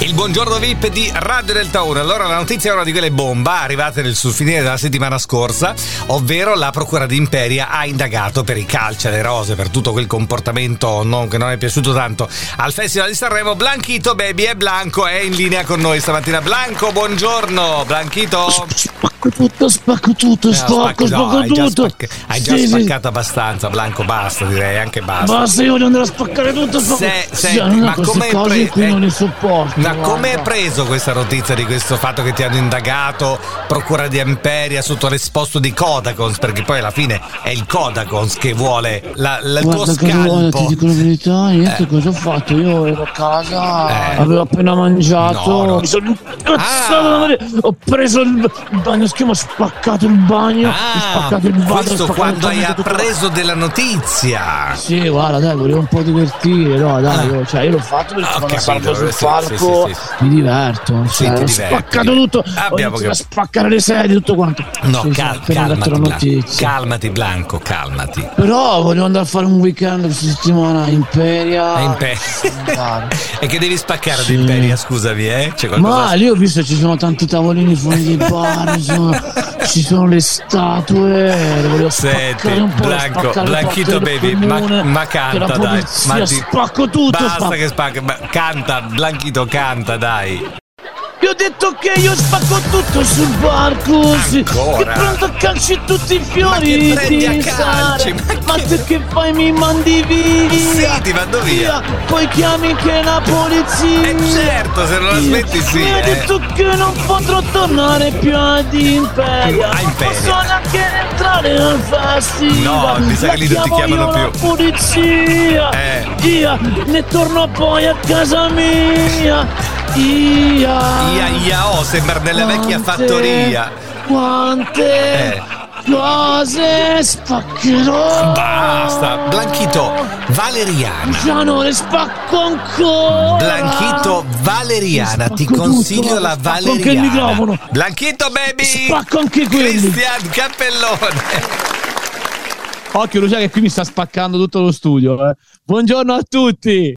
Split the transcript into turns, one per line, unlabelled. Il buongiorno VIP di Radio del Tauro. Allora, la notizia è una di quelle bomba arrivate nel sul finire della settimana scorsa, ovvero la Procura di Imperia ha indagato per i calci alle rose, per tutto quel comportamento non- che non è piaciuto tanto al Festival di Sanremo. Blanchito, baby, è Blanco, è in linea con noi stamattina. Blanco, buongiorno. Blanchito.
Spacco tutto, spacco tutto,
Eh, spacchi-
spacco,
no,
spacco
hai già,
tutto.
spacca- hai già
Sì, sì.
spaccato abbastanza, Blanco, basta direi, anche basta.
Basta, io voglio andare a spaccare tutto. Spacco.
Se-
Sì,
senti,
allora
ma
queste
come eh,
cose qui non le sopporto.
Ma
guarda.
come hai preso questa notizia di questo fatto che ti hanno indagato Procura di Amperia sotto l'esposto di Codacons? Perché poi alla fine è il Codacons che vuole la- la- il tuo
Guarda Carola, ti
scalpo.
dico la verità, io sai
Eh.
cosa ho fatto? Io ero a casa,
Eh.
avevo appena mangiato,
No, Ah. no.
mi sono incazzato da morire, ho preso il il bagno schiuma, ho spaccato il bagno, ho
Ah,
spaccato il bagno. ho
questo
spaccato
quando hai
totalmente tutto.
appreso della notizia.
Sì, guarda, dai, volevo un po' divertire, no, dai, io, cioè, io l'ho fatto perché
Ho
quando
capito,
salgo sul
Ah. sì,
palco
sì, sì,
mi diverto,
Sì,
cioè,
ti
ho
diverti,
spaccato
ti-
tutto, ho
Abbiamo
iniziato a
cap-
spaccare le sedie, tutto quanto.
No,
Sì, sì,
cal-
ho appena
calmati,
detto la
Blanco.
notizia.
calmati Blanco, calmati.
Però volevo andare a fare un weekend questa settimana a Imperia.
È Ah, impe-
Andare.
e che devi spaccare
Sì.
d'imperia, scusami, eh? C'è qualcosa
Ma lì ho visto ci sono tanti tavolini fuori dei bar, ci sono, ci sono le statue, le voglio
Senti,
spaccare un po',
Blanco,
spaccare un po'
Blanchito
del
baby, ma-
comune,
ma
della
canta, dai,
polizia,
ma ti-
spacco tutto,
Basta
spacco.
che spacca, ma- canta, Blanchito canta, dai.
Io ho detto che io spacco tutto sul barco sì.
Ancora?
Che prendo a calci tutti i fiori
Ma che prendi
di
a calci?
sale.
Ma
Ma
che-
tu che fai mi mandi via
Senti, vado via.
Poi chiami anche la polizia
Eh certo, se non la smetti sì.
Mi hai
eh.
detto che non potrò tornare più ad Imperia
A Imperia.
Non posso neanche entrare al festival
No, mi sa che lì non ti
chiamo
chiamano
io
più.
La polizia
Eh.
Via, ne torno poi a casa mia Ia
Ia ia oh, sembra nella vecchia
Quante-
fattoria.
Quante
Eh.
cose spaccherò.
Basta, Blanchito, Valeriana.
Già non le spacco ancora.
Blanchito Valeriana, ti
Spacco
consiglio
tutto,
la
spacco anche il microfono.
Valeriana. Blanchito baby!
Spacco anche quelli.
Cristian Cappellone.
Occhio, lo sai che qui mi sta spaccando tutto lo studio. eh. Buongiorno a tutti.